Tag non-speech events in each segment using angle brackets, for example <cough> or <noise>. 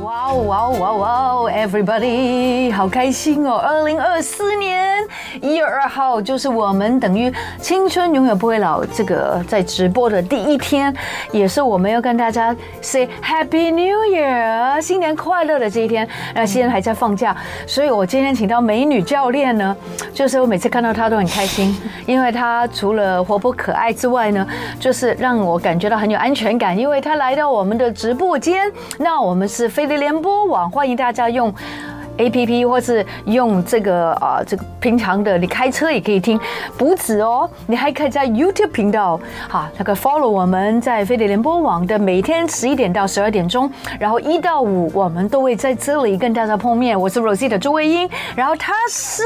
哦哇哦哇哦哇哦，everybody，好开心哦！二零二四年一月二号就是我们等于青春永远不会老这个在直播的第一天，也是我们要跟大家 say Happy New Year，新年快乐的这一天。那现在还在放假，所以我今天请到美女教练呢，就是我每次看到她都很开心，因为她除了活泼可爱之外呢，就是让我感觉到很有安全感，因为她来到我们的直播间。那我们是飞碟联播网，欢迎大家用 A P P 或是用这个啊、这个平常的，你开车也可以听，不止哦，你还可以在 YouTube 频道哈那个 follow 我们在飞碟联播网的每天十一点到十二点钟，然后一到五我们都会在这里跟大家碰面。我是 Rosita 朱慧英，然后她是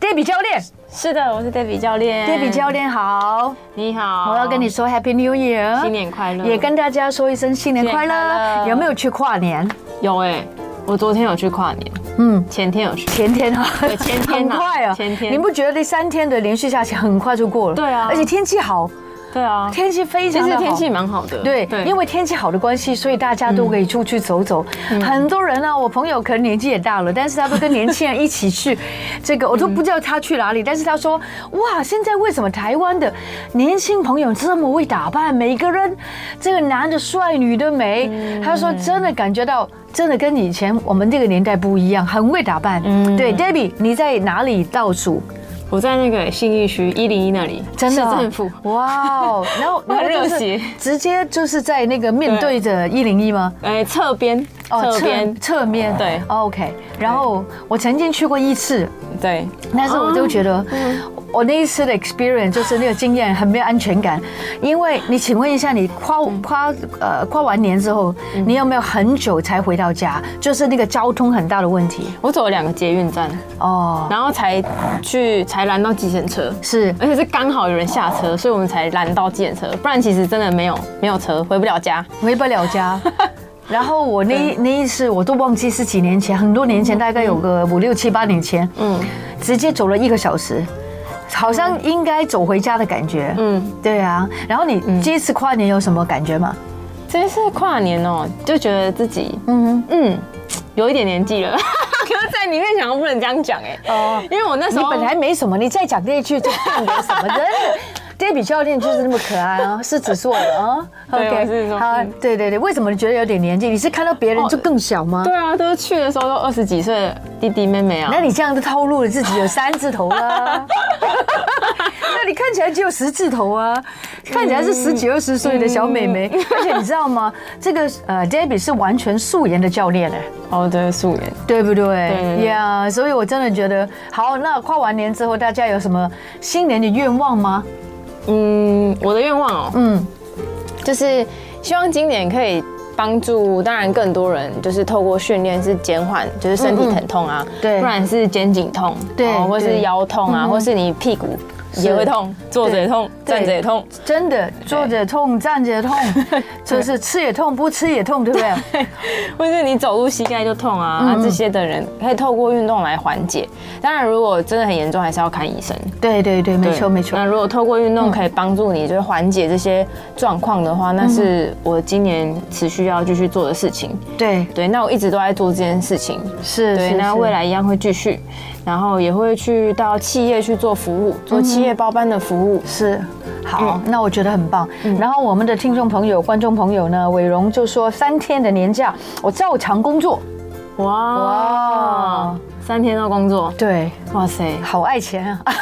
Debbie 教练是的，我是 Debbie 教练。 ，Debbie 教，练好，你好，我要跟你说 Happy New Year，新年快乐也跟大家说一声新年快嗯新年快乐。乐有没有去跨年？有哎、我昨天有去跨年，嗯。前天有去，前天啊，对前天 <laughs> 很啊快啊，前天你不觉得这三天的连续下去很快就过了？对啊而且天气好，对啊，天气非其常实的好。天气蛮好的，对，因为天气好的关系，所以大家都可嗯以出去走走。很多人啊，我朋友可能年纪也大了，但是他都跟年轻人一起去，这嗯个我都不知道他去哪里。但是他说，哇，现在为什么台湾的年轻朋友这么会打扮？每个人这个男的帅，女的美。嗯他说真的感觉到。真的跟以前我们这个年代不一样，很会打扮。嗯对，Debbie，你在哪里倒数？我在那个信义区一零一那里，真的啊市政府，哇哦！然 <laughs> 后很然后就是热血直接就是在那个面对着一零一吗？哎、侧边，侧边，哦侧面对，OK。然后我曾经去过一次，对，但哦是我就觉得嗯我那一次的 experience 就是那个经验很没有安全感，因为你请问一下，你跨嗯跨呃跨完年之后，你有没有很久才回到家？就是那个交通很大的问题我走了两个捷运站，哦，然后才去才拦到计程车。是而且是刚好有人下车，所以我们才拦到计程车，不然其实真的没有没有车，回不了家。回不了 <laughs> 家。然后我那那一次我都忘记是几年前，很多年嗯前，大概有个五六七八年前，嗯，直接走了一个小时，好像应该走回家的感觉，嗯，对啊。然后你这一次跨年有什么感觉吗？这次跨年哦、就觉得自己嗯哼，嗯，有一点年纪了， <laughs> 可是在里面想不能这样讲哎，哦哦，因为我那时你候本来没什么，你再讲这一句就变得什么 <laughs> 真的。Debbie 教练就是那么可爱啊，狮子座的啊。对我是说好嗯，对对对，为什么你觉得有点年纪？你是看到别人就更小吗？对啊，都是去的时候都二十几岁的弟弟妹妹啊那，你这样就透露了自己有三字头 <laughs> 啦。那你看起来只有十字头啊，看起来是十几二十岁的小美眉。嗯而且你知道吗？这个呃，Debbie 是完全素颜的教练哎，哦对，素颜，对不对对？对呀，所以我真的觉得，好，那跨完年之后，大家有什么新年的愿望吗？嗯，我的愿望哦、嗯，就是希望今年可以。帮助当然更多人，就是透过训练是减缓，就是身体疼痛啊，嗯对不然是肩颈痛，对哦或是对嗯腰痛啊，或是你屁股也会痛，坐着也痛，对站着也痛，真的坐着痛，站着 <laughs> 痛，就是吃也痛，不吃也痛，对不对？或是你走路膝盖就痛啊，嗯啊这些的人可以透过运动来缓解。当然，如果真的很严重，还是要看医生。对对对，没对错没错那。如果透过运动可以帮助你，就是缓解这些状况的嗯话，那是我今年持续要继续做的事情。对，对，那我一直都在做这件事情。是对，是那是未来一样会继续，然后也会去到企业去做服嗯务，做企业包班的服务。是。好，嗯那我觉得很棒。然后我们的听众朋友、观众朋友呢，伟荣就说三天的年假，我照常工作。哇哇，三天都工作，对，哇塞，好爱钱啊！ <laughs>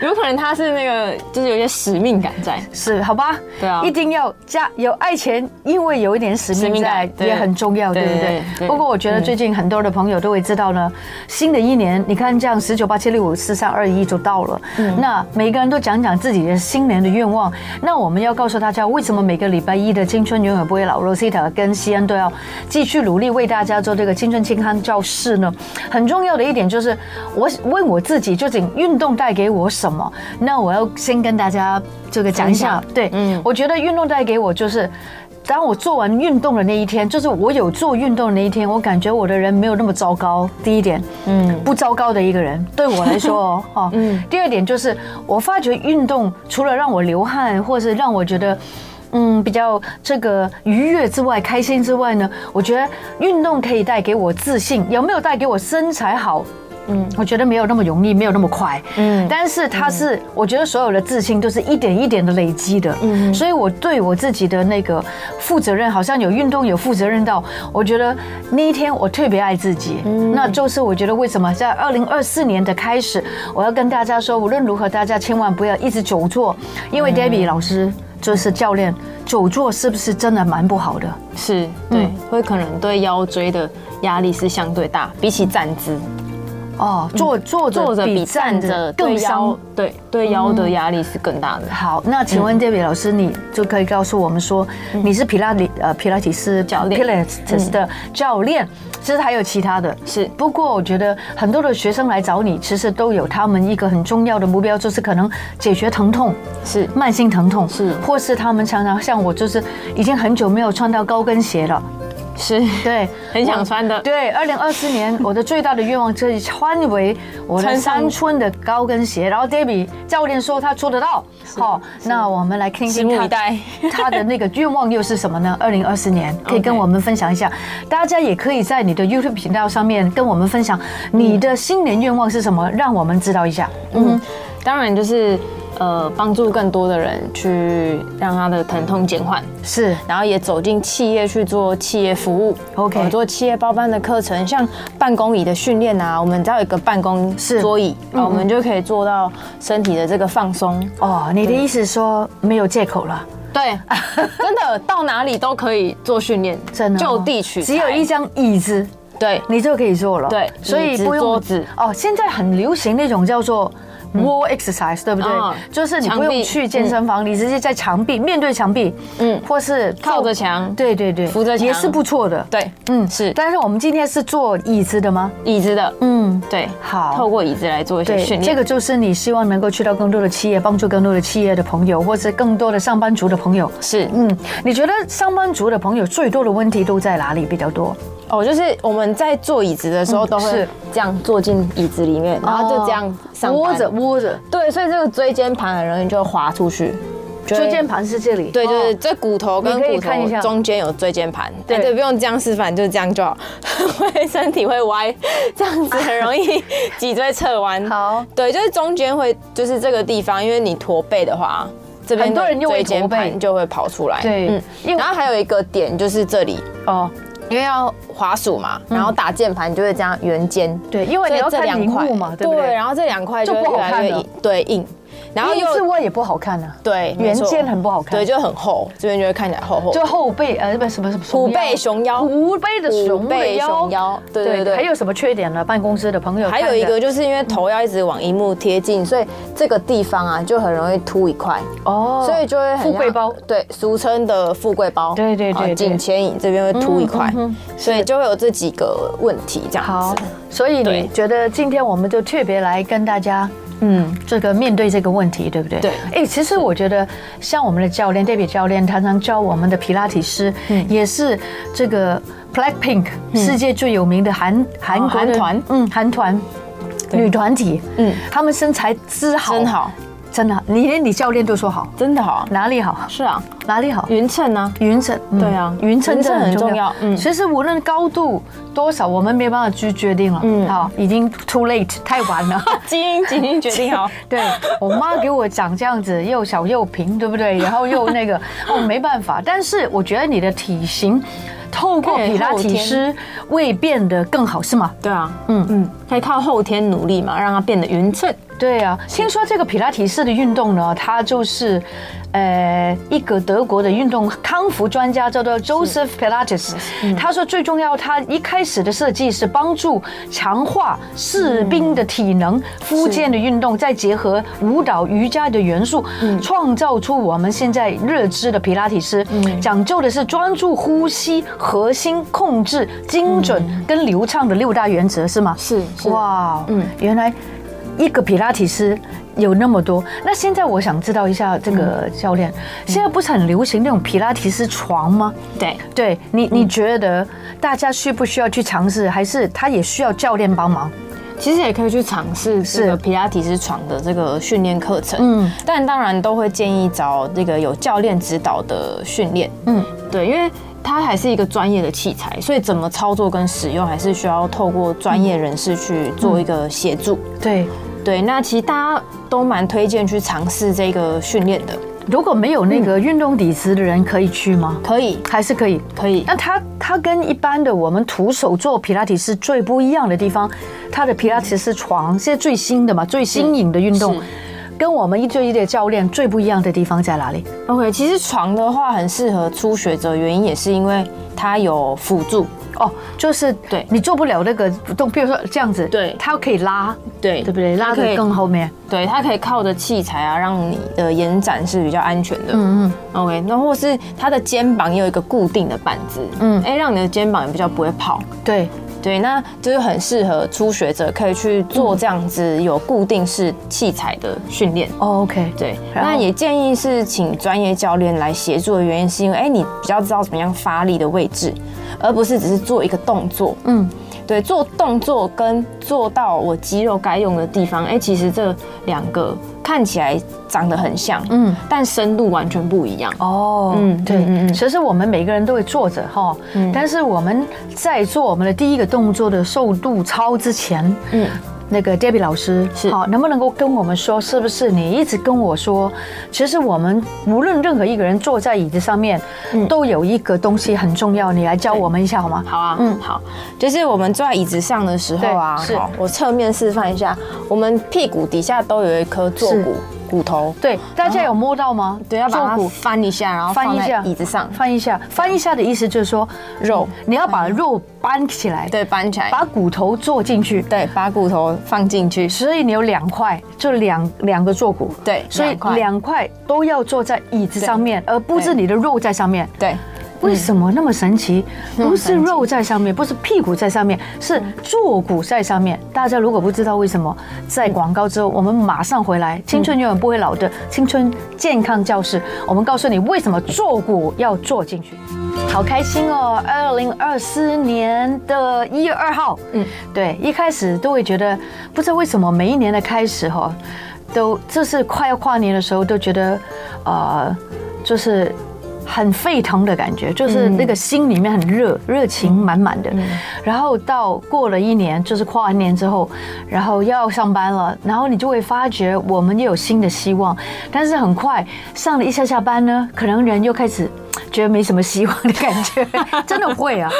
有可能他是那个就是有一些使命感在。是，好吧？对啊一定要加有爱钱，因为有一点使使命命在感，对也很重要，对对不对对？对不过我觉得最近很多的朋友都会知道呢，新的一年，你看这样十九八七六五四三二一就到了，那每个人都讲讲自己的新年的愿望。那我们要告诉大家，为什么每个礼拜一的青春永远不会老，Rosita 跟西安都要继续努力为大家做这个青春健康教室呢？很重要的一点就是，我问我自己，究竟运动带给我什么？那我要先跟大家这个讲一下分，对，嗯我觉得运动带给我就是。当我做完运动的那一天，就是我有做运动的那一天，我感觉我的人没有那么糟糕。第一点，嗯，不糟糕的一个 <laughs> 人，对我来说哦，哦，第二点就是我发觉运动除了让我流汗，或是让我觉得。嗯比较这个愉悦之外、开心之外呢，我觉得运动可以带给我自信，有没有带给我身材好？嗯，我觉得没有那么容易，没有那么快。嗯，但是它是，我觉得所有的自信都是一点一点的累积的。嗯，所以我对我自己的那个负责任，好像有运动有负责任到，我觉得那一天我特别爱自己。那就是我觉得为什么在二零二四年的开始，我要跟大家说，无论如何，大家千万不要一直久坐，因为 Debbie 老师就是教练，久坐是不是真的蛮不好的？是对，会可能对腰椎的压力是相对大，比起站姿，哦，坐坐坐着着比比站站着着对更伤腰，对对腰的压力是更大的。好，那请嗯问 David 老师，你就可以告诉我们说，你是皮拉里呃皮拉提斯教练嗯皮拉提斯的教练，其实还有其他的。是不过我觉得很多的学生来找你，其实都有他们一个很重要的目标，就是可能解决疼痛。是慢性疼痛是或是他们常常像我，就是已经很久没有穿到高跟鞋了，是，对，很想穿的我对，二零二四年我的最大的愿望就是穿回我的穿上三寸的高跟鞋。然后 Debbie 教练说他做得到，好，那我们来听拭听目他 <laughs> 以待。他的那个愿望又是什么呢？二零二四年可以 OK 跟我们分享一下，大家也可以在你的 YouTube 频道上面跟我们分享你的新年愿望是什么，让我们知道一下。嗯，当然就是呃，帮助更多的人去让他的疼痛减缓。是然后也走进企业去做企业服务 OK 呃做企业包班的课程，像办公椅的训练啊，我们只要有一个办公是桌椅，啊，我们就可以做到身体的这个放松。哦，你的意思说没有借口了。对，真的到哪里都可以做训练，真的哦就地取材只有一张椅子，对你就可以做了。对所椅以子不用桌子哦。现在很流行那种叫做嗯 wall exercise，对不对啊？就是你不墙用壁去健身房，你直接在墙壁面对墙壁，嗯嗯，或是靠着坐墙对对对，扶着墙也是不错的。，对，嗯是但是我们今天是坐椅子的吗？椅子的，嗯，对，好透过椅子来做一些对，训这练。个就是你希望能够去到更多的企业，帮助更多的企业的朋友，或是更多的上班族的朋友。是，嗯，你觉得上班族的朋友最多的问题都在哪里比较多？哦，就是我们在坐椅子的时候嗯都会是这样坐进椅子里面，然后就这样上班窝着窝着，对，所以这个椎间盘很容易就滑出去。就会椎间盘是这里，对，就是哦这骨头跟你可以骨看一头下中间有椎间盘，对哎对，不用这样示范，就是这样就好， <laughs> 会身体会歪，这样子很容易 <laughs> 脊椎侧弯。好，对，就是中间会就是这个地方，因为你驼背的话，这边很多人的又椎会间驼背盘就会跑出来。嗯对因为然后还有一个点就是这里，哦，因为要滑鼠嘛，然后打键盘就会这样圆肩。嗯对，因为你要所以这看两荧块幕嘛，对不对？然后这两块就就会不好越来越看了硬，对硬，然后后又一字窝也不好看啊，对，没圆错肩很不好看对，就很厚，这边就会看起来厚厚的。就后背呃不是什么什么虎背熊腰虎背的熊的虎背熊腰对对对还有什么缺点呢？办公室的朋友还有看一的个就是因为头要一直往荧幕贴近，所以这个地方啊就很容易凸一块，哦，所以就会很像富贵包对，俗称的富贵包，对对对啊对颈前影这边会凸一块，所以就会有这几个问题这样好子。，所以对你觉得今天我们就特别来跟大家。嗯，这个面对这个问题，对不对？对哎，其实我觉得，像我们的教练 Debbie 教练，常常教我们的皮拉提斯，嗯也是这个 Blackpink 世界最有名的韩韩国的哦韩团嗯，韩团女团体，嗯嗯，他们身材之好，真，好，真的好，你连你教练都说好，真的好，哪里好，是啊，哪里好，匀称啊，匀称，嗯对啊匀称真的很重匀称很重要要。嗯嗯，其实无论高度多少，我们没办法去决定了。嗯嗯，好，已经 too late，太晚了。基因基因决定好，对我妈给我长这样子，又小又平，对不对？然后又那个，哦，没办法。但是我觉得你的体型，透过对皮拉后提天师会变得更好，是吗？ <laughs> 对啊，嗯嗯嗯，可以靠后天努力嘛，让它变得匀称。对啊，听说这个皮拉提式的运动呢，它就是，呃，一个德国的运动康复专家叫做 Joseph Pilates，他嗯说最重要，他一开始的设计是帮助强化士兵的体能，复健的运动，再结合舞蹈、瑜伽的元素，创造出我们现在热知的皮拉提斯，讲究的是专注呼吸、核心控制、精准跟流畅的六大原则，是吗？是是哇，嗯，原来一个皮拉提师有那么多。那现在我想知道一下，这个嗯教练，现在不是很流行那种皮拉提师床吗？对，对嗯你，你觉得大家需不需要去尝试，还是他也需要教练帮忙？其实也可以去尝试这是个皮拉提斯床的这个训练课程。嗯嗯，但当然都会建议找这个有教练指导的训练。嗯嗯，对，因为。它还是一个专业的器材，所以怎么操作跟使用，还是需要透过专业人士去做一个协助。对，对，那其实大家都蛮推荐去尝试这个训练的，如果没有那嗯个运动底子的人可以去吗？可以，还是可以？可以。那它它跟一般的我们徒手做皮拉提斯最不一样的地方，它的皮拉提斯床现在最新的嘛，最新颖的运动是，跟我们一对一的教练最不一样的地方在哪里？ OK，其实床的话很适合初学者，原因也是因为它有辅助，哦，就是对你做不了那个动，比如说这样子，对它可以拉，对对不对？拉它可得以，更后面，对，它可以靠着器材啊，让你的延展是比较安全的。嗯嗯。OK，那或是它的肩膀也有一个固定的板子，嗯嗯，哎，让你的肩膀也比较不会跑。对，对，那就是很适合初学者可以去做这样子有固定式器材的训练。哦，OK，对，然后那也建议是请专业教练来协助的原因，是因为哎、你比较知道怎么样发力的位置，而不是只是做一个动作。嗯，对，做动作跟做到我肌肉该用的地方，哎、其实这两个看起来长得很像，嗯嗯，但深度完全不一样。哦，嗯对，嗯嗯嗯其实我们每个人都会坐着哈，但是我们在做我们的第一个动作的瘦肚操之前，嗯嗯。那个 Debbie 老师，是好，能不能够跟我们说，是不是你一直跟我说，其实我们无论任何一个人坐在椅子上面，嗯都有一个东西很重要，你来教我们一下好吗？好啊，嗯嗯，好，就是我们坐在椅子上的时候啊，对是好我侧面示范一下，我们屁股底下都有一颗坐是骨骨头，对，大家有摸到吗？嗯对，要把它坐骨翻一下，然后翻放一在下椅子上，翻一下，翻一下的意思就是说肉你要把肉搬起来，对，搬起来，把骨头坐进去，对，把骨头放进去，所以你有两块，就两两个坐骨，对所以两块两块都要坐在椅子上面，而不是对你的肉在上面。对，嗯为什么那么神奇？不是神奇肉在上面，不是屁股在上面，是坐骨在上面。大家如果不知道为什么，在广告之后，我们马上回来。青春永远不会老的嗯青春健康教室，我们告诉你为什么坐骨要坐进去。好开心哦！二零二四年的一月二号，嗯嗯，对，一开始都会觉得不知道为什么每一年的开始哈，都这是快要跨年的时候都觉得，呃，就是很沸腾的感觉，就是那个心里面很热，热情满满的。然后到过了一年，就是跨完年之后，然后要上班了，然后你就会发觉我们又有新的希望，但是很快上了一下下班呢，可能人又开始。觉得没什么希望的感觉，真的会啊。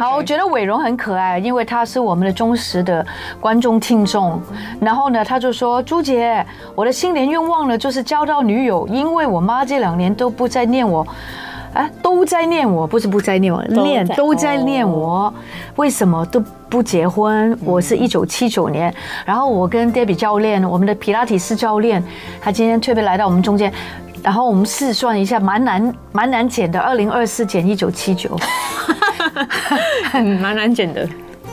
好，我觉得伟荣很可爱，因为他是我们的忠实的观众听众。然后呢，他就说：“朱姐，我的新年愿望呢，就是交到女友，因为我妈这两年都不再念我。”啊，都在念我，不是不在念我，在哦念都在念我，为什么都不结婚？嗯我是一九七九年，然后我跟 Debbie 教练，我们的皮拉提斯教练，他今天特别来到我们中间，然后我们试算一下，蛮难蛮难减的，二零二四减一九七九，嗯， <laughs> 蛮难减的，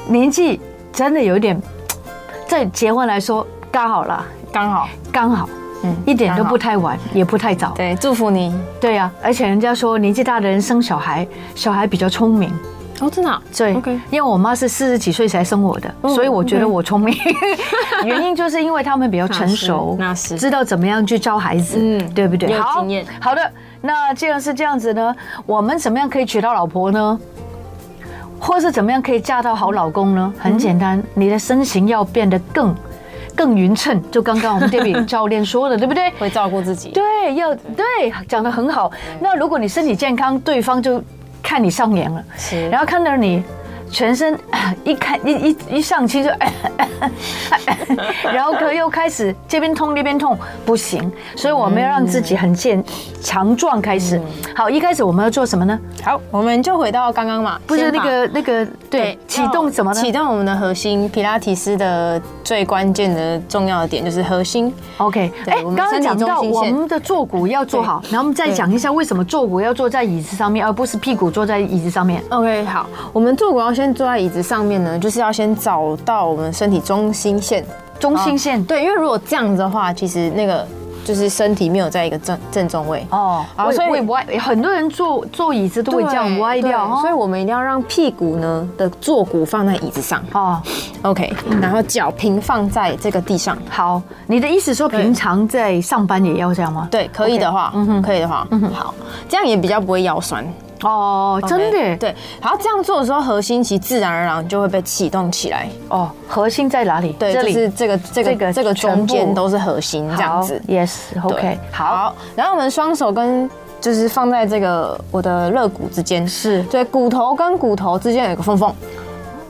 年纪真的有一点，在结婚来说刚好啦，刚好，刚好，嗯一点都刚好不太晚，也不太早。对，祝福你。对呀、而且人家说年纪大的人生小孩，小孩比较聪明。哦，真的啊对 OK 哦因为我妈是四十几岁才生我的，所以我觉得我聪明。 <laughs> 原因就是因为他们比较成熟， <laughs> 那是那是知道怎么样去教孩子，嗯对不对？也有好经验，好的。那既然是这样子呢，我们怎么样可以娶到老婆呢？或是怎么样可以嫁到好老公呢？很简单，你的身形要变得更更匀称，就刚刚我们 d <laughs> a 教练说的，对不对？会照顾自己。对，要对讲得很好。那如果你身体健康，对方就看你上眼了，是然后看到你全身啊一看 <coughs> 一一一上去就，然后可又开始这边痛那边痛，不行。所以我们要让自己很健强壮开始。嗯好，一开始我们要做什么呢？好，我们就回到刚刚嘛，不是先那把个那个对启动什么呢启动我们的核心，皮拉提斯的最关键的重要的点就是核心。 ？OK，对哎，我们刚刚身体讲中到心我线们的坐骨要做好，然后我们再对讲一下为什么坐骨要坐在椅子上面，而不是屁股坐在椅子上面。 OK，好，我们坐骨要先坐在椅子上面呢，就是要先找到我们身体中心线。啊中心线对，因为如果这样子的话，其实那个就是身体没有在一个正正中位。哦，啊所所以以歪，很多人坐坐椅子都会这样对歪掉对哦，所以我们一定要让屁股呢的坐骨放在椅子上哦， ，OK，然后脚平放在这个地上，好，你的意思说平常在上班也要这样吗？对，可以的话，嗯哼，可以的话，嗯哼，好，这样也比较不会腰酸。哦，真的耶 OK，，对，然后这样做的时候，核心其实自然而然就会被启动起来。哦，核心在哪里？对，这就里是这个这这个个这个全部中间都是核心这样子。对，yes，OK，好，，然后我们双手跟就是放在这个我的肋骨之间，是对，骨头跟骨头之间有一个缝缝，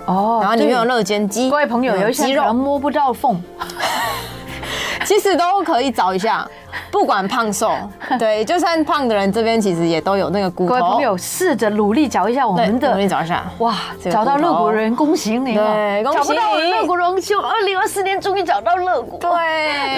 哦，然后里面有对肋间肌。嗯各位朋友有一些肌人肉，摸不到缝， <laughs> 其实都可以找 <laughs> 一下，不管胖瘦，对，就算胖的人这边其实也都有那个骨各位头朋。友试着努力找一下我对，们我的们找一下。哇，这个找到骨肋头骨人，恭喜你哦！对恭喜找不到你肋骨人，就二零二四年终于找到肋骨。对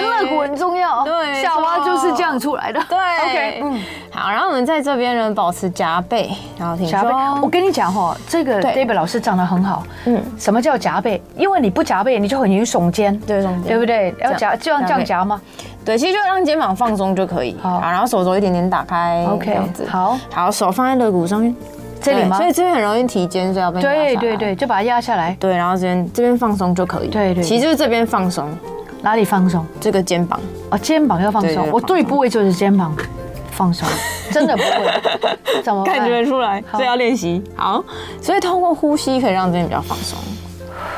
<laughs> 肋骨很重要。对夏娃就是这样出来的。对 OK，嗯，好，然后我们在这边呢保持夹背，然后挺夹背，我胸。跟你讲哦，这个对 David 老师讲的很好。嗯嗯，什么叫夹背？因为你不夹背，你就很容易耸肩，对耸肩对不对？要样夹就像这夹样背夹吗？对，其实就让肩膀放松就可以。好好，然后手肘一点点打开。 OK，这样子。好，好，手放在肋骨上面。这里对吗所？以这边很容易提肩，所以要被压下来对对对，就把它压下来，对，然后这边这边放松就可以。对对对其实就是这边放松，哪里放松？这个肩膀。哦，肩膀要放对对松。对我对部位就是肩膀放松，真的不 <laughs> 会，怎么办？感觉得出来，哦好所以要练习。好，所以通过呼吸可以让这边比较放松。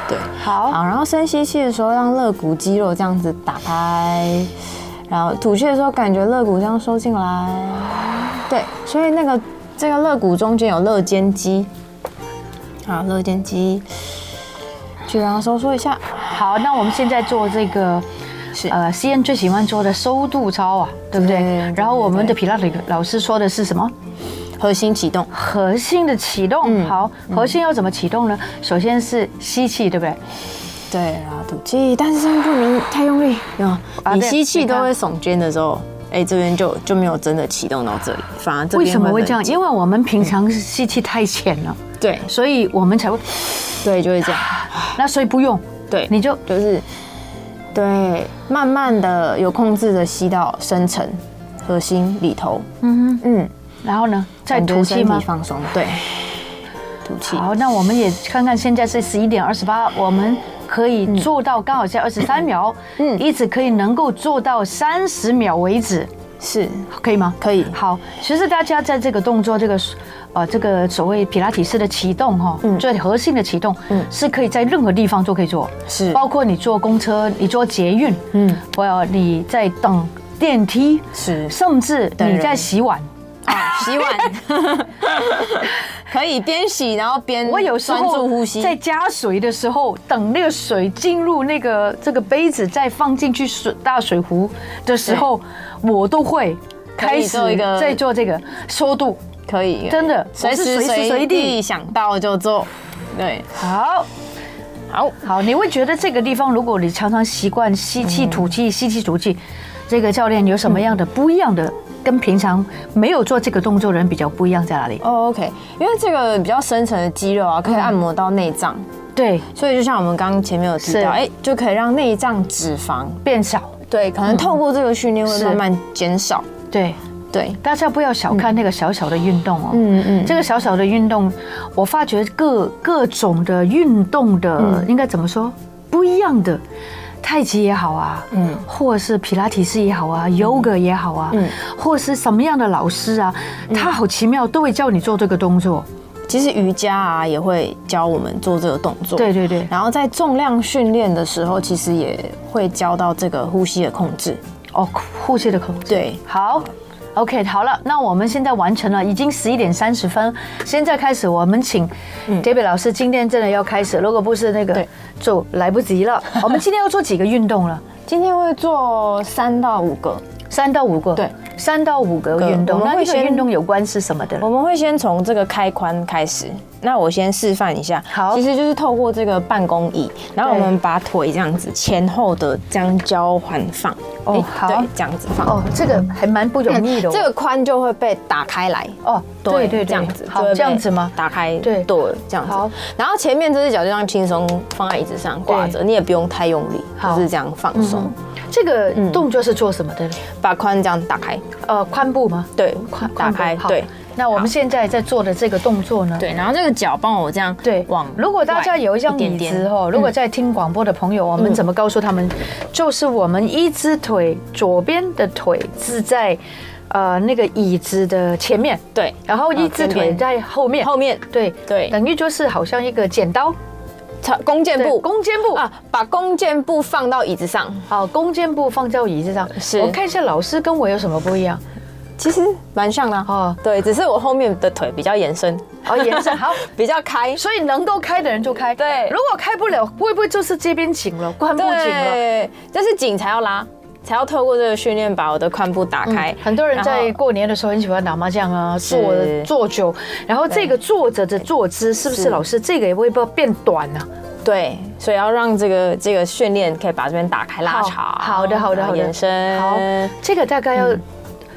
对，好，好，然后深吸气的时候，让肋骨肌肉这样子打开，然后吐气的时候，感觉肋骨这样收进 <sighs> 来。对，所以那个这个肋骨中间有肋间肌，好，肋间肌，去让它收缩一下。好，那我们现在做这个。是呃，西恩最喜欢做的收肚操啊，对不对？对然后我们的对皮拉里老师说的是什么？核心启动，核心的启动。好，核心要怎么启动呢？首先是吸气，对不对？对，然后吐气，但是这样不能太用力，有没有啊你对吸气你看都会耸肩的时候，哎，这边就就没有真的启动到这里，反而这为边什么会冷这样？静因为我们平常吸气太浅了，对所以我们才会。对，就会这样，那所以不用，对，你就就是对，慢慢的有控制的吸到深层核心里头，嗯，嗯，然后呢，再感觉吐气身体吗？放松，对，吐气，好，那我们也看看现在是十一点二十八，我们可以做到刚好在二十三秒，嗯，嗯一直可以能够做到三十秒为止，是可以吗？可以，好，其实大家在这个动作，这个呃，这个所谓皮拉提式的启动哈，嗯最核心的启动，嗯，是可以在任何地方都可以做，是包括你坐公车，你坐捷运，嗯嗯，或者你在等电梯，是甚至等你人在洗碗。啊，洗碗 <laughs> 可以边洗然后边我有时专注候呼吸，在加水的时候，等那个水进入那个这个杯子，再放进去水大水壶的时候，我都会开始做一个在做这个收肚，可以，真的，我随是时随时随随地地。想到就做，对，好好，好，你会觉得这个地方，如果你常常习惯吸气吐气、吸气吐气，这个教练有什么样的不一样的？跟平常没有做这个动作的人比较不一样在哪里？哦，OK，因为这个比较深层的肌肉啊，可以按摩到内脏，对，所以就像我们刚刚前面有提是到，哎，就可以让内脏脂肪，变少，对，可能透过这个训练会是慢慢减少，对，对，大家不要小看那个小小的运动哦。嗯嗯，这个小小的运动，我发觉各各种的运动的、嗯应该怎么说不一样的，太极也好啊，嗯嗯，或是皮拉提斯也好啊、y o g a 也好啊，嗯嗯，或是什么样的老师啊，他好奇妙，都会教你做这个动作。其实瑜伽啊也会教我们做这个动作，对。对对，然后在重量训练的时候，其实也会教到这个呼吸的控制。哦，呼吸的控制。对，好。OK，好了，那我们现在完成了，已经十一点三十分。现在开始，我们请 David 老师，今天真的要开始，如果不是那个对，就来不及 <laughs> 了。我们今天要做几个运动了？今天会做三到五个，三到五个，对，三到五个运动。我们那那个会先运动有关是什么的？我们会先从这个开髋开始。那我先示范一下，好其实就是透过这个办公椅，然后我们把腿这样子前后的这样交换放，哦诶好对，这样子放，哦，这个还蛮不容易的哦。这个髋就会被打开来。哦，对对，对这样子，好就会被这样子吗？打开，对对，这样好子。然后前面这只脚就这样轻松放在椅子上挂着，你也不用太用力，好嗯就是这样放松。这个动作是做什么的呢？把髋这样打开，呃，髋部吗？对，髋打开，髋部好对那我们现在在做的这个动作呢？对，然后这个脚帮我这样对，往如果大家外有一张点椅点嗯子哦，如果在听广播的朋友，我们怎么告诉他们？就是我们一只腿左边的腿是在呃那个椅子的前面，对然后一只这腿边在后面，后面对对等于就是好像一个剪刀，它弓箭对，步弓箭步啊，啊，把弓箭步放到椅子上，好，弓箭步放在椅子上。是我看一下老师跟我有什么不一样其实蛮像的哦。哦，对，只是我后面的腿比较延伸， <laughs> 哦，延伸好。比较开。所以能够开的人就开，对如果开不了，会不会就是这边紧了，髋部紧了？对，但是紧才要拉，才要透过这个训练把我的髋部打开。嗯很多人在然后过年的时候很喜欢打麻将啊，坐是坐久，然后这个坐着的坐姿是不是是老师这个也会不会变短呢、啊？对，所以要让这个这个训练可以把这边打开拉好长。好的好的然好后的延伸。嗯好，这个大概要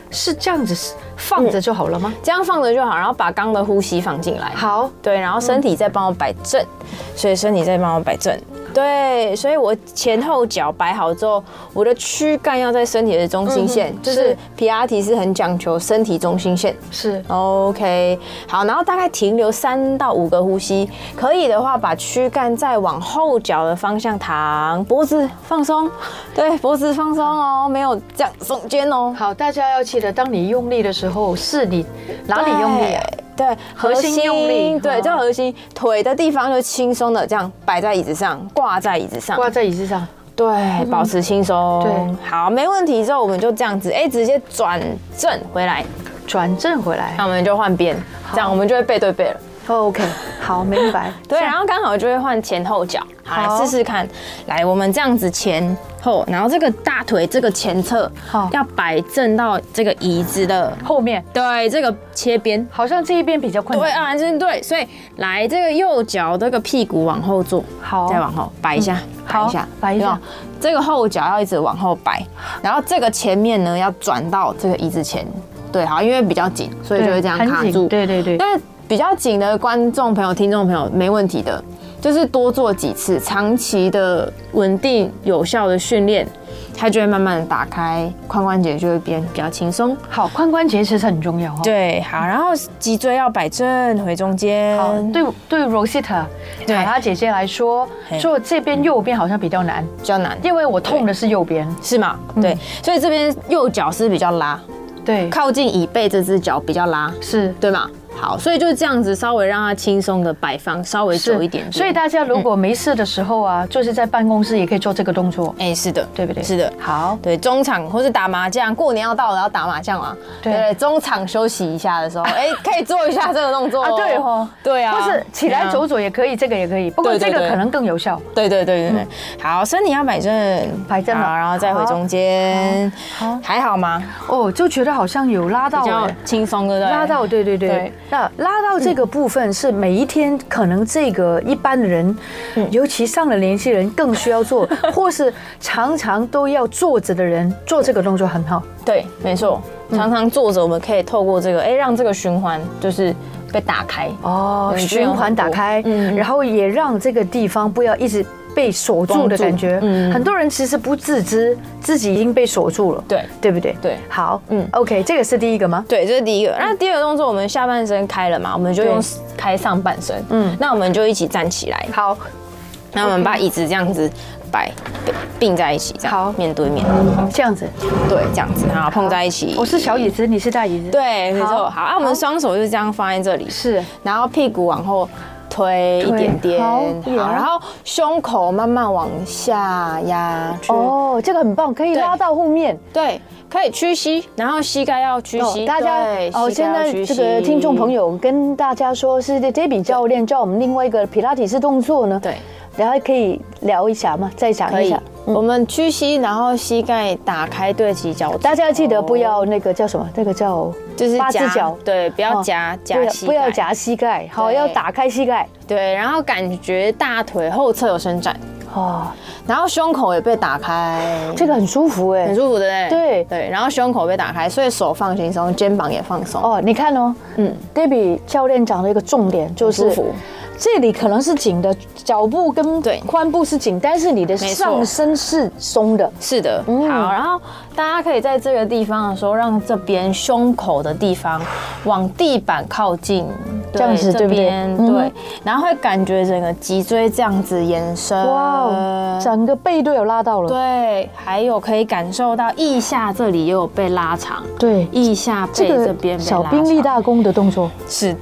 是这样子放着就好了吗？这样放着就好，然后把刚的呼吸放进来。好，对，然后身体再帮我摆正，所以身体再帮我摆正。对，所以我前后脚摆好之后，我的躯干要在身体的中心线，嗯就是是皮拉提是很讲求身体中心线。是 OK，好，然后大概停留三到五个呼吸，可以的话，把躯干再往后脚的方向躺，脖子放松，对，脖子放松哦，没有这样耸肩哦，好，大家要记得，当你用力的时候，是你哪里用力啊？哎对？对，核心用力对，哦就核心腿的地方就轻松的这样摆在椅子上，挂在椅子上，挂在椅子上，对，保持轻松，对，好，没问题。之后我们就这样子，哎，直接转正回来，转正回来那。我们就换边，这样我们就会背对背了。 OK，好，明 <laughs> 白。对，然后刚好就会换前后脚，好好来试试看。来，我们这样子前后，然后这个大腿这个前侧好要摆正到这个椅子的，后面对，这个切边。好像这一边比较困对难。啊，就是对，所以来这个右脚这个屁股往后坐，好嗯再往后摆一下，摆好一下，摆一下有没有，这个后脚要一直往后摆，然后这个前面呢要转到这个椅子前，对，好，因为比较紧，所以就会这样很卡紧住，对对对但比较紧的观众朋友、听众朋友没问题的，就是多做几次，长期的稳定有效的训练，它就会慢慢的打开，髋关节就会变比较轻松。好，髋关节其实很重要哦。对，好，然后脊椎要摆正回中间。好，呃对对，Rosita 嗯对卡拉姐姐来说，嘿嗯做这边右边好像比较难，比较难，因为我痛的是右边。是吗？对，所以这边右脚是比较拉，对，靠近椅背这只脚比较拉，是。对吗？好，所以就这样子稍微让它轻松的摆放，稍微是久一点点嗯所以大家如果没事的时候啊，就是在办公室也可以做这个动作，哎、是的，对不对？是的，好，对，中场或是打麻将，过年要到了要打麻将嘛，对对不对，中场休息一下 <laughs> 的时候，哎，可以做一下这个动作啊，对哦哦，，对啊，或是起来走嗯，走也可以，这个也可以，不过对对这个对可能更有效。对对对对对，好，身体要摆正，嗯摆正了好然后再回中间，好好还好吗？哦，就觉得好像有拉到比较哎轻松，对不对？拉到，对对对对，那拉到这个部分是每一天可能这个一般的人，嗯尤其上了年纪人更需要做，或是常常都要坐着的人做这个动作很好。对，没错，嗯常常坐着，我们可以透过这个，哎，让这个循环就是被打开，哦，对循环打开，这样很多嗯嗯然后也让这个地方不要一直被锁住的感觉。绷住嗯很多人其实不自知自己已经被锁住了，对对不对？对好，嗯嗯，OK，这个是第一个吗？对，这是第一嗯个。那第二个动作，我们下半身开了嘛，我们就用开上半身，嗯嗯，那我们就一起站起来，好，那我们把椅子这样子摆并并在一起，这样好面对面，这样子，对，这样子，然后碰在一起我。是小椅子，你是大椅子，，对，没好错。好，啊，我们双手就这样放在这里，是然后屁股往后推一推点点，好好，有然后胸口慢慢往下压去，哦，这个很棒，可以对拉到后面。对，可以屈膝，然后膝盖要屈哦膝，大家对哦，膝现盖要在屈这膝个听众朋友跟大家说是 Debbie 教练教我们另外一个皮拉提式动作呢，对，然后可以聊一下嘛，再讲可一以下。，我们屈膝，然后膝盖打开对齐脚趾头，大家要记得不要那个叫什么，那个叫就是八只夹脚，对，不要哦夹不夹要膝，不要，夹膝盖，好，对要打开膝盖对，然后感觉大腿后侧有伸展，哦，然后胸口也被打开，这个很舒服哎很，舒服的，对对，然后胸口被打开，所以手放轻松，肩膀也放松，哦，你看哦，嗯嗯，Debbie 教练讲了一个重点，就是舒服这里可能是紧的，脚部跟对髋部是紧，但是你的没错上身是松的。是的，嗯好，然后大家可以在这个地方的时候，让这边胸口的地方往地板靠近，这样子对这不对边嗯对，然后会感觉整个脊椎这样子延伸，哇哦，整个背都有拉到了。呃对，还有可以感受到腋下这里也有被拉长，对，腋下这背这边个被小拉兵嗯长立大功的动作，是，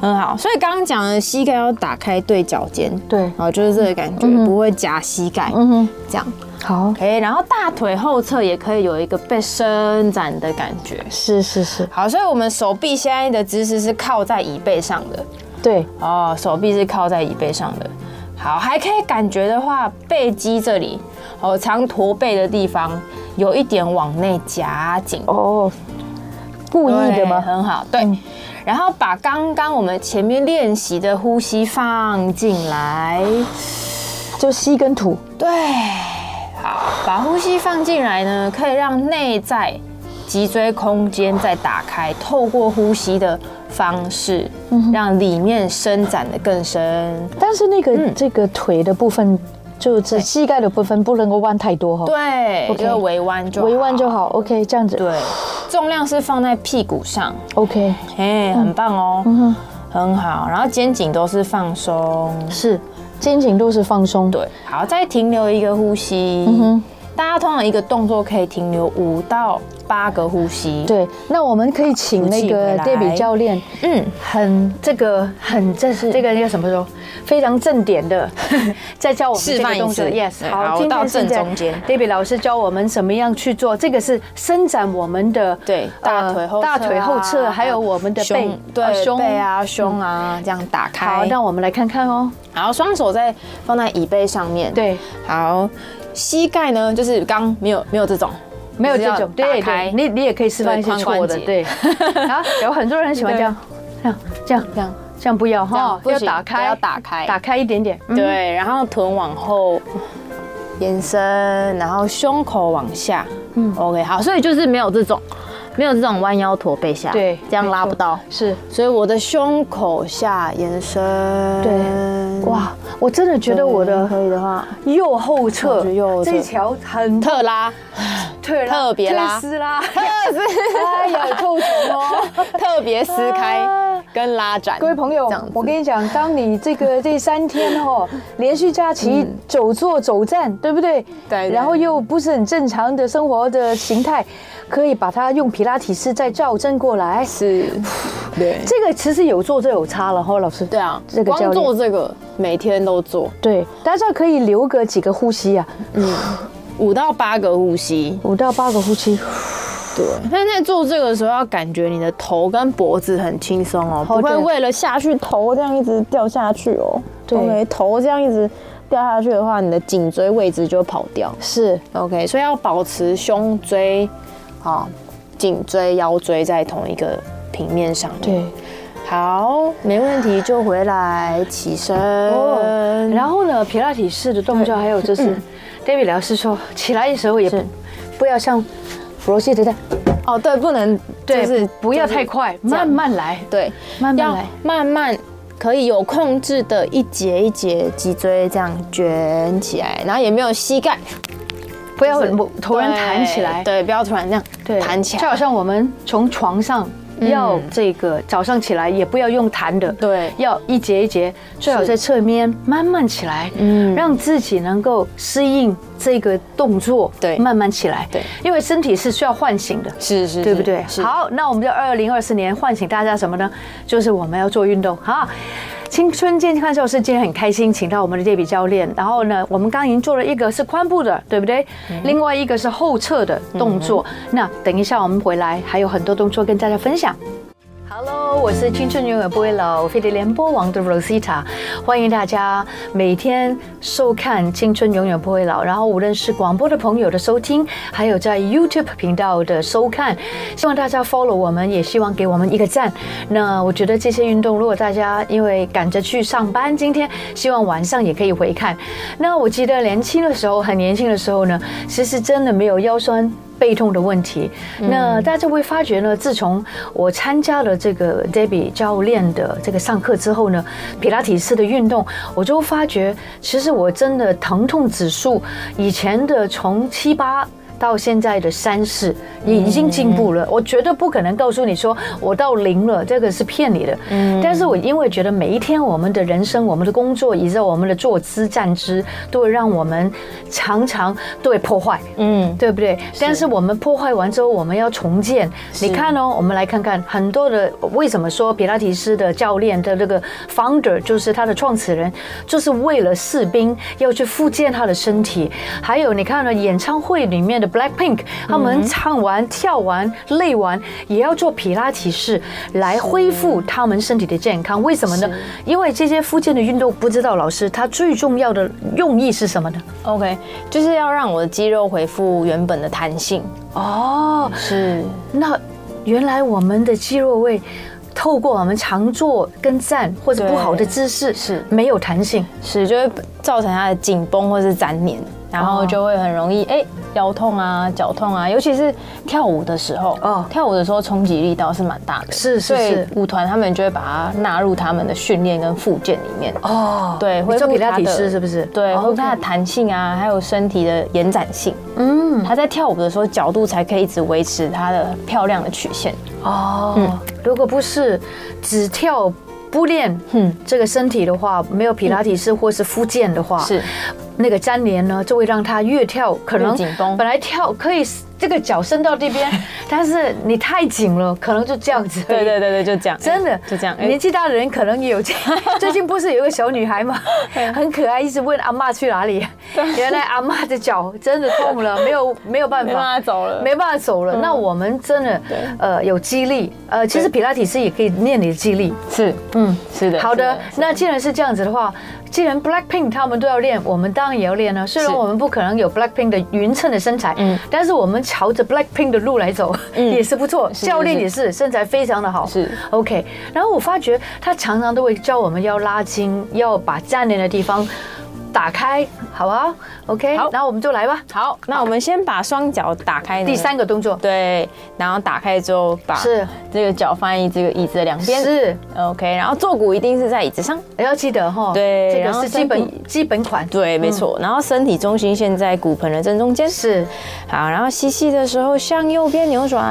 很好。所以刚刚讲的膝盖要打开对脚尖，对，然后就是这个感觉，不会夹膝盖，嗯哼，这样。好，哎，然后大腿后侧也可以有一个被伸展的感觉。是是是，好，所以我们手臂现在的姿势是靠在椅背上的对，哦，手臂是靠在椅背上的。好，还可以感觉的话，背肌这里哦，常驼背的地方有一点往内夹紧，哦哦，故意的对吗？很好，对。然后把刚刚我们前面练习的呼吸放进来，就吸跟吐，对，好，把呼吸放进来呢，可以让内在脊椎空间再打开，透过呼吸的方式，让里面伸展的更深。但是那嗯个这个腿的部分，就这膝盖的部分不能够弯太多哈，对， OK 就围弯就好围弯就。好，OK，这样子，对，重量是放在屁股上， ，OK，哎，很棒哦，嗯哼，很好。然后肩颈都是放松，是，肩颈都是放松，对，好，再停留一个呼吸。嗯哼大家通常一个动作可以停留五到八个呼吸。，对，那我们可以请那个吐气回来 Debbie 教练，嗯，很这个很这是这个叫什么说非常正点 <laughs> 的，在教我们示这个范一动次作。Yes，对好到正中间，David 老师教我们怎么样去做，这个是伸展我们的呃对，大腿后侧啊、大腿后侧，还有我们的胸背对、呃胸背啊、胸啊，这样打好，开。那我们来看看哦。然后双手再放在椅背上面。，对，好，膝盖呢，就是刚没有没有这种，没有这就是要种，对打开对，你你也可以示范一些对髋错关的，节 <laughs> 对。然后有很多人喜欢这样，这样这样这样这样不要这哈样，不要行打开，要打开打开一点点，嗯对，然后臀往后延伸，然后胸口往下。嗯，OK，好，所以就是没有这种，没有这种弯腰驼背下，对这样没拉错不到。是。所以我的胸口下延伸，对哇，我真的觉对，得我的可以的话，右后侧我觉得右后侧这一条很特拉，特拉特别拉特斯拉， <laughs> 特斯，哎呀，有臭虫哦！ <laughs> 特别撕开跟拉展。各位朋友这样子，我跟你讲，当你这 <laughs> 个这三天哦，连续假期走坐走站，对不嗯对？对然后又不是很正常的生活的形态，可以把它用皮拉提式再校正过来。是，对这个其实有做就有差了哦哈，老师。对啊，这个教光练做这个每天都做对，大家可以留个几个呼吸啊，五到八个呼吸。五到八个呼吸。对，但在做这个的时候要感觉你的头跟脖子很轻松哦，好不会对为了下去头这样一直掉下去哦。对 OK，头这样一直掉下去的话，你的颈椎位置就跑掉。是， OK，所以要保持胸椎、啊、颈椎、腰椎在同一个平面上面。对。好，没问题，就回来起身。哦，然后呢，皮拉提式的动作还有就是，David 老师说起来的时候也不是不要像弗洛西的，哦，对，不能对，就是不要就是太快，样慢慢来，对，慢慢要来慢慢可以有控制的一节一节脊椎这样卷起来，然后也没有膝盖不要就是不突然弹起来，对，对不要突然这样对，弹起就好来，像我们从床上要这个早上起来也不要用弹的，对要一节一节，最好在侧面慢慢起来，嗯，嗯让自己能够适应这个动作，对慢慢起来，对，因为身体是需要唤醒的，是是，对不对？是，好，那我们就二零二四年唤醒大家什么呢？就是我们要做运动好，青春健康教室今天很开心，请到我们的这笔教练。然后呢，我们刚刚已经做了一个是髋部的，对不对？嗯另外一个是后侧的动作。那等一下我们回来还有很多动作跟大家分享。Hello，我是青春永远不会老飞碟联播网的 Rosita，欢迎大家每天收看《青春永远不会老》，然后无论是广播的朋友的收听，还有在 YouTube 频道的收看，希望大家 follow 我们，也希望给我们一个赞。那我觉得这些运动，如果大家因为赶着去上班，今天希望晚上也可以回看。那我记得年轻的时候，很年轻的时候呢，其实真的没有腰酸。背痛的问题。那大家会发觉呢，自从我参加了这个 Debbie 教练的这个上课之后呢，皮拉提式的运动，我就发觉，其实我真的疼痛指数以前的从七八。到现在的三四，已已经进步了。我绝对不可能告诉你说我到零了，这个是骗你的。但是我因为觉得每一天我们的人生、我们的工作，以及我们的坐姿、站姿，都会让我们常常都会破坏，嗯，对不对？但是我们破坏完之后，我们要重建。你看哦，我们来看看很多的为什么说皮拉提斯的教练的这个 founder 就是他的创始人，就是为了士兵要去复健他的身体。还有你看呢，演唱会里面的 Blackpink，他们唱完、跳完、累完，也要做皮拉提式来恢复他们身体的健康。为什么呢？因为这些复健的运动，不知道老师他最重要的用意是什么呢？ OK，就是要让我的肌肉恢复原本的弹性。哦，是，那原来我们的肌肉位，透过我们常坐跟站或者不好的姿势，是没有弹性。是，就会造成它的紧绷或是粘连，然后哦就会很容易哎、腰痛啊、脚痛啊，尤其是跳舞的时候，哦哦，跳舞的时候冲击力倒是蛮大的，是是所以是舞团他们就会把它纳入他们的训练跟复健里面，哦，对，你恢做复皮拉它提的式是不是？对，哦恢复它的 OK 弹性啊，还有身体的延展性。嗯，他在跳舞的时候角度才可以一直维持它的漂亮的曲线。哦，如果不是只跳。不练嗯这个身体的话，没有皮拉提式或是复健的话，是那个粘连呢，就会让它越跳可能越紧绷本来跳可以这个脚伸到这 <laughs> 边，但是你太紧了，可能就这样子而已。对对对对，就这样，真的哎就这样。哎年纪大的人可能也有这 <laughs> 样。最近不是有一个小女孩嘛，很可爱，一直问阿嬷去哪里。原来阿嬷的脚真的痛了，没有没有办没办法法。走了，嗯没办法走了，那我们真的对，呃，有肌力，呃，其实对皮拉提斯也可以练你的肌力。是，嗯，是的。好是的，那既然是这样子的话，既然 Blackpink 他们都要练，我们当然也要练啊。虽然是我们不可能有 Blackpink 的匀称的身材，嗯但是我们朝着 Blackpink 的路来走、嗯也是不错。是教练也是身材非常的好，是 OK。然后我发觉他常常都会教我们要拉筋，要把站立的地方打开，好啊，OK。好然后我们就来吧，好，那我们先把双脚打开呢。第三个动作对，然后打开之后把是这个脚放在这个椅子的两边。是 OK，然后坐骨一定是在椅子上。要记得哈，对这然个后是基身本基本款，对，没错。然后身体重心现在骨盆的正中间。是好，然后吸气的时候向右边扭转。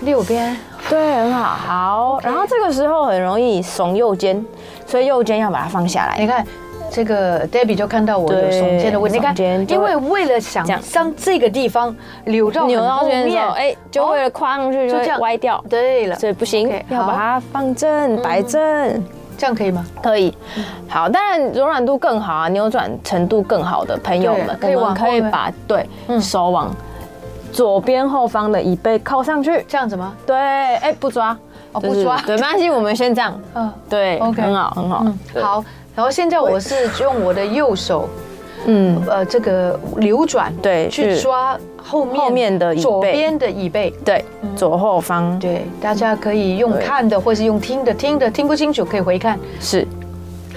六边对，很好。好，然后这个时候很容易耸右肩，所以右肩要把它放下哎你来。看。这个 Debbie 就看到我有对耸肩的问题，你看耸肩，就因会为为了想这样让这个地方扭到扭很到后这边的时面候，，哎，就为了跨上去就就这会样歪掉，对了，所以不行 OK，，要好把它放正、摆正。这样可以吗？可以，嗯好，当然柔软度更好啊，扭转程度更好的朋友们，对可以我们往后嗯可以吗把对手往左边后方的椅背靠上去。这样子吗？对，哎，不抓，哦就不是抓对，没关系，我们先这样。嗯，对 OK 很好，很好嗯，，对，好。然后现在我是用我的右手，嗯，呃，这个流转，对去是抓后面后面的椅背左边的椅背。对，左后方嗯对，大家可以用对看的，或是用听的，听的听不清楚可以回看。是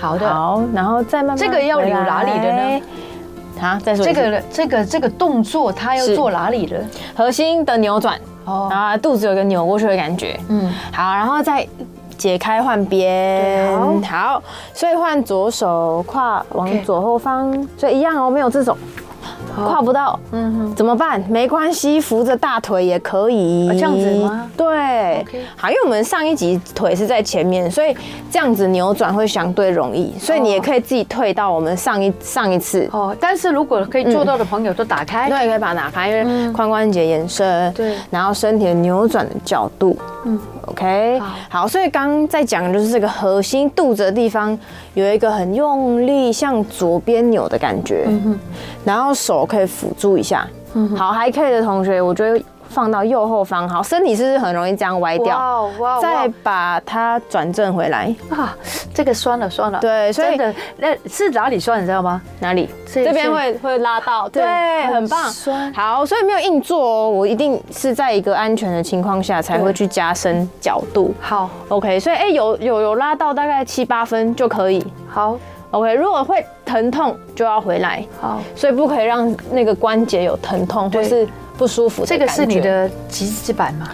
好的，好，然后再慢慢这个要扭哪里的呢回来？好，再说这这个个这个这个动作它要是做哪里的？核心的扭转，哦，然后肚子有个扭过去的感觉，嗯，好，然后再解开换对边，好，所以换左手跨往 OK 左后方，所以一样哦，没有这种跨不到，嗯哼。怎么办？没关系，扶着大腿也可以哦，这样子吗？对 OK 好，因为我们上一集腿是在前面，所以这样子扭转会相对容易，所以你也可以自己退到我们上一上一次。哦，但是如果可以做到的朋友都打开。对，可以把它打开，因为髋关节延伸，哎嗯对然后身体的扭转的角度，嗯嗯，OK，好好，所以刚刚在讲的就是这个核心肚子的地方有一个很用力向左边扭的感觉，嗯然后手可以辅助一下，好，还可以的同学，我觉得放到右后方，好，身体是不是很容易这样歪掉？哦哇再哇把它转正回来，啊，这个酸了酸了。对所真以的那是哪里酸，你知道吗？哪里？这这边是会会拉到，对对，很很棒酸。好，所以没有硬做哦，我一定是在一个安全的情况下才会去加深角度。好， OK，所以哎、有有有拉到大概七八分就可以。好， OK，如果会疼痛就要回来，好，所以不可以让那个关节有疼痛对或是不舒服的这感个觉。是你的极致版嘛？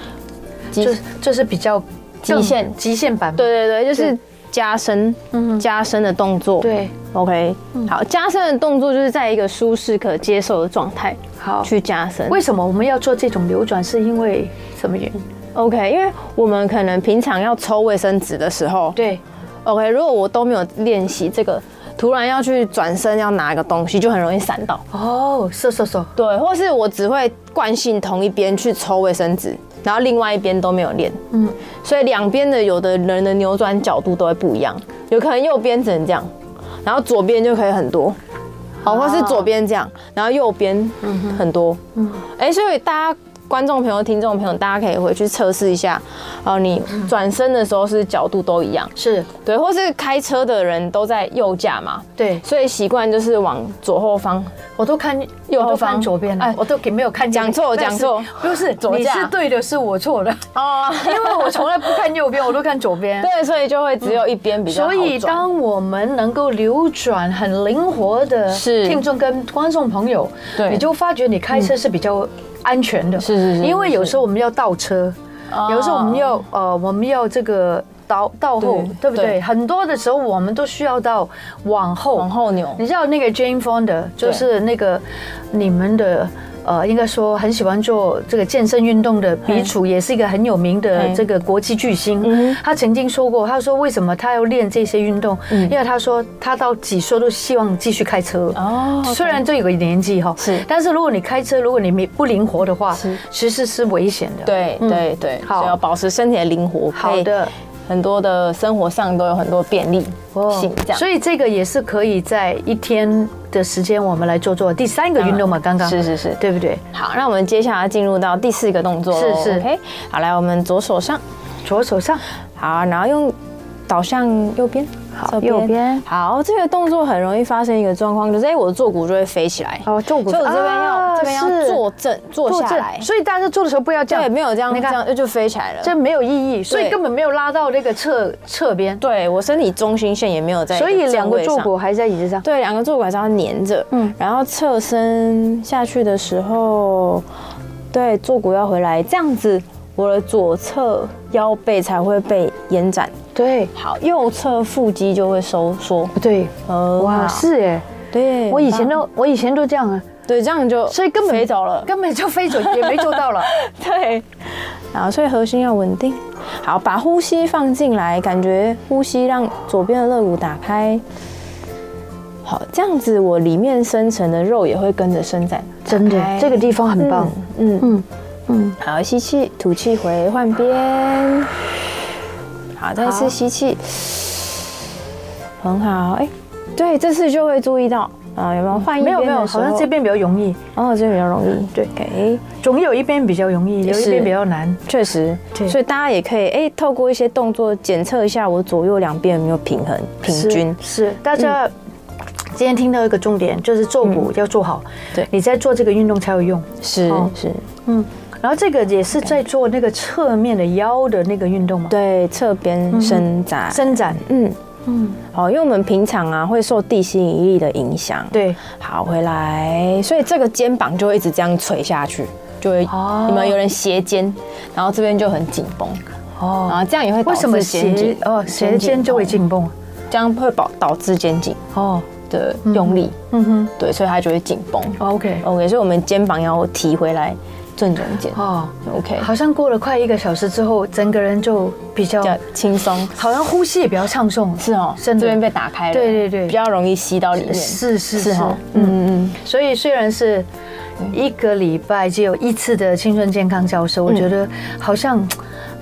极就是就是比较更极限极限版。对对对，就对是嗯加深，加深的动作。对，嗯，OK，好，加深的动作就是在一个舒适可接受的状态好。去加深。为什么我们要做这种流转？是因为什么原因？ OK，因为我们可能平常要抽卫生纸的时候对， ，OK，如果我都没有练习这个，突然要去转身要拿一个东西，就很容易闪到。哦，是是是，对，或是我只会惯性同一边去抽卫生纸，然后另外一边都没有练。嗯，所以两边的有的人的扭转角度都会不一样，有可能右边只能这样，然后左边就可以很多。哦，或是左边这样，然后右边很多。嗯，哎，所以大家观众朋友、听众朋友，大家可以回去测试一下，哦，你转身的时候是角度都一样，是，对，或是开车的人都在右驾嘛，对所以习惯就是往左后方我都看右我后都方看左边了哎，我都给没有看见讲错但是讲错不是，左你驾是对的，是我错的，哦， <laughs> 因为我从来不看右边，我都看左边。对，所以就会只有一边比较好所转以，当我们能够流转很灵活的是听众跟观众朋友，对你就发觉你开车是比较安全的，是是是因为有时候我们要倒车，有时候我们要呃，我们要这个倒倒后，对对不对？对很多的时候我们都需要到往后，往后扭你知道那个 Jane Fonda 就是那个你们的。呃，应该说很喜欢做这个健身运动的鼻祖，也是一个很有名的嘿这个国际巨星嗯。他曾经说过，他说为什么他要练这些运动？因为他说他到几岁都希望继续开车。嗯哦，OK 虽然这有个年纪哈，是但是如果你开车，如果你没不灵活的话是，其实是危险的。，对对对，好所以要保持身体的灵活，嗯好的，很多的生活上都有很多便利性，这样。哦所以这个也是可以在一天的时间，我们来做做第三个运动嘛，刚刚嗯是是是，对不对？好，那我们接下来进入到第四个动作是咯是，OK，好，来我们左手上，左手上，好，然后用导向右边，好侧右边好，这个动作很容易发生一个状况，就是哎，我的坐骨就会飞起来，哦，坐骨，所以我这边啊要这边要是坐正坐下来，所以大家做的时候不要这对，样，没有这样啊你这看样就飞起来了，这没有意义，所以对根本没有拉到那个侧侧边，对我身体中心线也没有在，所以两个坐骨。还在椅子上。对，两个坐骨还是要粘着，嗯嗯，然后侧身下去的时候，对，坐骨要回来，这样子我的左侧腰背才会被延展，对好，右侧腹肌就会收缩，对，呃，哇，是哎，对，我以前很棒都我以前都这样啊，对这样就，所以根本飞走了，根本就飞走也没做到了。 <laughs> 对，然后所以核心要稳定，好，把呼吸放进来，感觉呼吸让左边的肋骨打开。好，这样子我里面深层的肉也会跟着伸展， <laughs> 真的打，开这个地方很棒。嗯嗯嗯嗯，好，吸气，吐气回换边，好，再好次吸气，很好，哎、对，这次就会注意到啊，有没有换一没边有没有，的时好候像这边比较容易，哦，这边比较容易，对，给、总有一边比较容易，有一是边比较难。确实对，所以大家也可以哎、透过一些动作检测一下我左右两边有没有平衡平均。是是大家今天听到一个重点，就是坐骨要做好，对你在做这个运动才有用。是哦是，嗯，然后这个也是在做那个侧面的腰的那个运动嘛，对，侧边伸展，伸展，嗯嗯嗯，好，因为我们平常啊会受地心引力的影响，，对，好回来，所以这个肩膀就会一直这样垂下去，就会哦你们有人斜肩，然后这边就很紧绷，然哦，后这样也会导为什么致肩斜颈哦斜肩哦就会，紧绷？痛这样会导导致肩颈哦，的用力，嗯哼哦对，所以它就会紧绷。 ，OK， OK，所以我们肩膀要提回来正中间。哦， OK，好像过了快一个小时之后，整个人就比较比，较轻松。好像呼吸也比较畅顺，是哦，真这的边被打开了，对对对比较容易吸到里面。是是是是哦，，嗯，嗯嗯所以虽然是一个礼拜只有一次的青春健康教嗯授，我觉得好像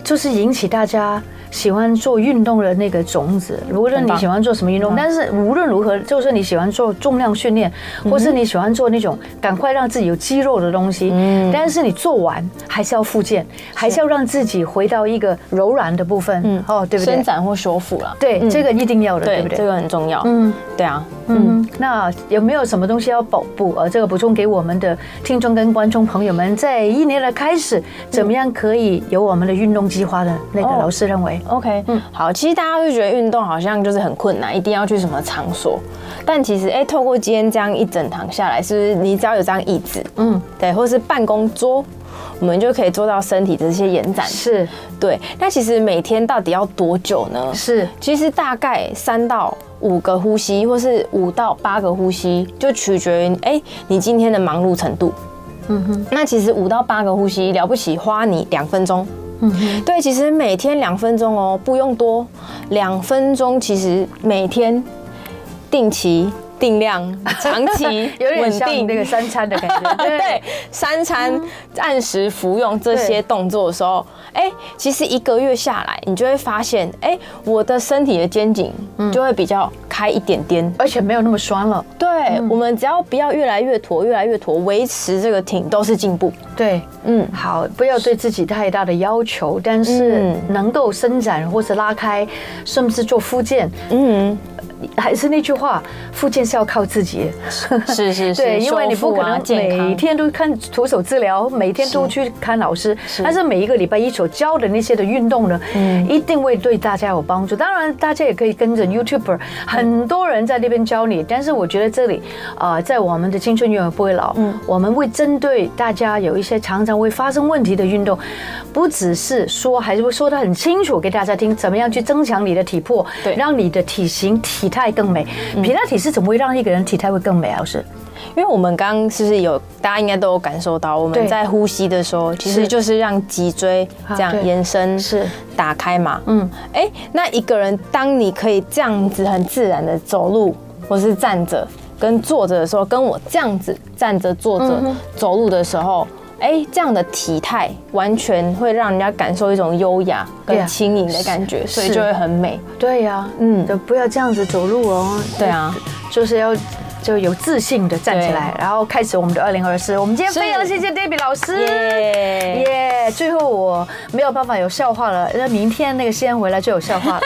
就是引起大家。喜欢做运动的那个种子，无论很你棒嗯喜欢做什么运动，但是无论如何，就是你喜欢做重量训练，嗯或是你喜欢做那种赶快让自己有肌肉的东西，嗯但是你做完还是要复健，还是要让自己回到一个柔软的部分，哦，对嗯，不对伸？展或修复了。嗯对，这个一定要的，对对不，对这？个很重要。嗯嗯，对啊，嗯，那有没有什么东西要补补呃，这个补充给我们的听众跟观众朋友们，在一年的开始，怎么样可以有我们的运动计划的那个哦老师认为， OK，嗯，好，其实大家会觉得运动好像就是很困难，一定要去什么场所，但其实哎、透过今天这样一整堂下来，是不是你只要有张椅子，嗯，对，或是办公桌，我们就可以做到身体的这些延展。是对，那其实每天到底要多久呢？是、其实大概三到五个呼吸，或是五到八个呼吸，就取决于哎、你今天的忙碌程度。嗯哼，那其实五到八个呼吸了不起，花你两分钟。嗯，对，其实每天两分钟哦，不用多，两分钟其实每天定期、定量、长 <laughs> 期有点稳像定那个三餐的感 <laughs> 觉，对，三餐按时服用这些动作的时候，哎、其实一个月下来，你就会发现，哎、我的身体的肩颈就会比较开一点点。而且没有那么酸了，嗯对、我们只要不要越来越驼，越来越驼，维持这个挺都是进步。对。嗯，好，不要对自己太大的要求，但是嗯能够伸展或者拉开，甚至做复健，嗯，还是那句话，复健是要靠自 <laughs> 己。是是是，对，因为你修不复可啊能健每康。天都看徒手治疗，每天都是去看老师，是嗯但是每一个礼拜一所教的那些的运动呢，一定会对大家有帮助。当然，大家也可以跟着 YouTuber，很嗯多人在那边教你，但是我觉得这里啊，呃在我们的青春永远不会老，嗯我们会针对大家有一些常常会发生问题的运动，不只是说，还是会说得很清楚给大家听，怎么样去增强你的体魄，对嗯让你的体型体态更美。皮拉体是怎么会让一个人体态会更美啊？老师？因为我们刚刚是不是有大家应该都有感受到，我对们在呼吸的时候，其是实就是让脊椎啊这样对延伸、是打开嘛。嗯嗯，哎，那一个人当你可以这样子很自然的走路，或是站着跟坐着的时候，跟我这样子站着坐着、嗯走路的时候。哎，这样的体态完全会让人家感受一种优雅对啊跟轻盈的感觉，所以就会很美。对呀、嗯，嗯就不要这样子走路哦。对啊，就是要就有自信的站起对来，然后开始我们的二零二四。我们今天是非常谢谢 Debbie 老师。耶！耶最后我没有办法有笑话了，那明天那个西安回来就有笑 <laughs> 话了。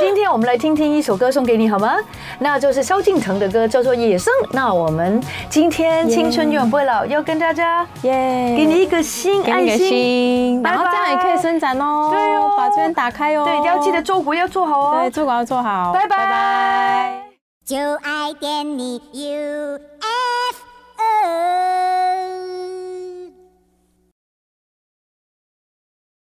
今天我们来听听一首歌送给你好吗？那就是萧敬腾的歌，叫做《野生》。那我们今天青春永远不会老，要跟大家耶！给你一个心，给爱你个心。心，然后拜拜这样也可以伸展哦。对哦把这边打开哦。对，要记得做骨要做好哦对，。做广告做好。拜拜拜拜就爱点你 UFO。